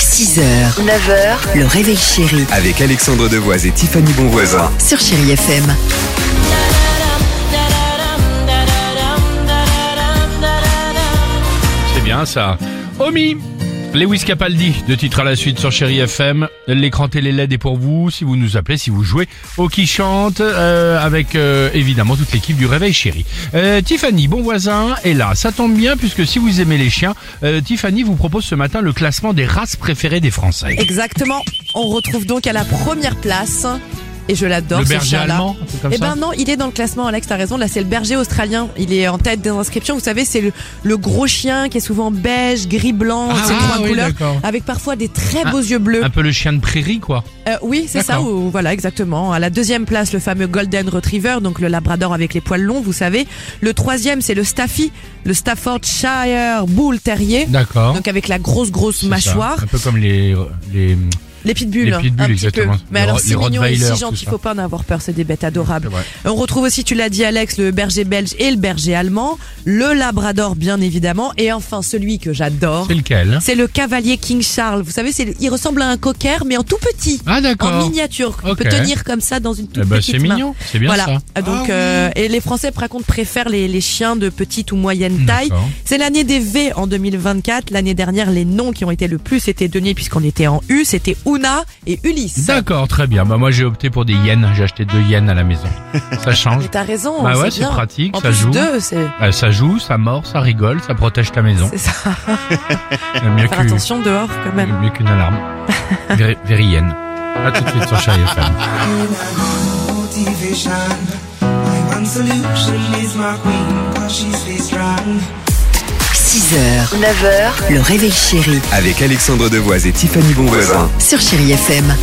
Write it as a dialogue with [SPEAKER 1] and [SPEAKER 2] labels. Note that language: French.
[SPEAKER 1] 6h, 9h, le réveil chéri
[SPEAKER 2] Avec Alexandre Devoise et Tiffany Bonvoisin.
[SPEAKER 1] sur Chéri FM.
[SPEAKER 3] C'est bien ça. Omi Lewis Capaldi, de titre à la suite sur Chéri FM. L'écran télé LED est pour vous, si vous nous appelez, si vous jouez au qui chante, euh, avec euh, évidemment toute l'équipe du Réveil Chéri. Euh, Tiffany, bon voisin, est là. Ça tombe bien, puisque si vous aimez les chiens, euh, Tiffany vous propose ce matin le classement des races préférées des Français.
[SPEAKER 4] Exactement. On retrouve donc à la première place. Et je l'adore.
[SPEAKER 3] Le
[SPEAKER 4] ce
[SPEAKER 3] berger
[SPEAKER 4] chien-là.
[SPEAKER 3] allemand, un truc comme
[SPEAKER 4] Eh
[SPEAKER 3] ça
[SPEAKER 4] ben non, il est dans le classement, Alex, t'as raison. Là, c'est le berger australien. Il est en tête des inscriptions. Vous savez, c'est le, le gros chien qui est souvent beige, gris, blanc,
[SPEAKER 3] Ah
[SPEAKER 4] c'est
[SPEAKER 3] oui,
[SPEAKER 4] trois
[SPEAKER 3] ah oui,
[SPEAKER 4] couleurs,
[SPEAKER 3] d'accord.
[SPEAKER 4] avec parfois des très
[SPEAKER 3] Ah,
[SPEAKER 4] beaux yeux bleus.
[SPEAKER 3] Un peu le chien de prairie, quoi.
[SPEAKER 4] Euh, oui, c'est ça.
[SPEAKER 3] D'accord.
[SPEAKER 4] ou- voilà, exactement. À la deuxième place, le fameux Golden Retriever, donc le Labrador avec les poils longs, vous savez. Le troisième, c'est le Staffy, le Staffordshire Bull Terrier,
[SPEAKER 3] D'accord.
[SPEAKER 4] donc avec la grosse grosse
[SPEAKER 3] C'est ça.
[SPEAKER 4] mâchoire. Ah
[SPEAKER 3] Un peu comme les... les...
[SPEAKER 4] Les pitbulls.
[SPEAKER 3] Les pitbulls,
[SPEAKER 4] un petit
[SPEAKER 3] exactement.
[SPEAKER 4] peu. Mais
[SPEAKER 3] Les
[SPEAKER 4] alors,
[SPEAKER 3] ro-
[SPEAKER 4] c'est
[SPEAKER 3] les
[SPEAKER 4] mignon et
[SPEAKER 3] Rottweilers,
[SPEAKER 4] si
[SPEAKER 3] tout
[SPEAKER 4] gentil,
[SPEAKER 3] ça.
[SPEAKER 4] faut pas en avoir peur, c'est des bêtes adorables.
[SPEAKER 3] C'est vrai.
[SPEAKER 4] On retrouve aussi, tu l'as dit, Alex, le berger belge et le berger allemand, le labrador, bien évidemment, et enfin, celui que j'adore.
[SPEAKER 3] C'est lequel hein
[SPEAKER 4] C'est le cavalier King Charles. Vous savez, c'est le- il ressemble à un cocker, mais en tout petit.
[SPEAKER 3] Ah
[SPEAKER 4] En
[SPEAKER 3] d'accord.
[SPEAKER 4] miniature. On
[SPEAKER 3] Ok.
[SPEAKER 4] peut tenir comme ça dans une toute
[SPEAKER 3] Eh ben,
[SPEAKER 4] petite
[SPEAKER 3] c'est
[SPEAKER 4] main.
[SPEAKER 3] mignon, c'est bien
[SPEAKER 4] voilà.
[SPEAKER 3] ça.
[SPEAKER 4] Ah, Donc, euh, et les Français, par contre, préfèrent les, les chiens de petite ou moyenne taille.
[SPEAKER 3] D'accord.
[SPEAKER 4] C'est l'année des V en 2024. L'année dernière, les noms qui ont été le plus étaient donnés puisqu'on était en U, c'était Una et Ulysse.
[SPEAKER 3] D'accord, très bien. Bah moi j'ai opté pour des yens. J'ai acheté deux yens à la maison. Ça change.
[SPEAKER 4] Mais t'as raison.
[SPEAKER 3] Bah ouais, c'est
[SPEAKER 4] bien.
[SPEAKER 3] pratique,
[SPEAKER 4] En
[SPEAKER 3] ça
[SPEAKER 4] plus,
[SPEAKER 3] joue.
[SPEAKER 4] deux, c'est
[SPEAKER 3] Euh, ça joue, ça mord, ça rigole, ça protège ta maison.
[SPEAKER 4] c'est ça.
[SPEAKER 3] Euh, Mieux
[SPEAKER 4] Faire
[SPEAKER 3] que-
[SPEAKER 4] attention dehors quand même.
[SPEAKER 3] mieux qu'une alarme. Véri- Very yen. À tout de suite sur Chérie FM.
[SPEAKER 5] motivation. My one solution is my queen, cause she stays strong.
[SPEAKER 1] 6h, 9h, le réveil chéri
[SPEAKER 2] Avec Alexandre Devoise et Tiffany Bonvoisin.
[SPEAKER 1] sur Chéri FM.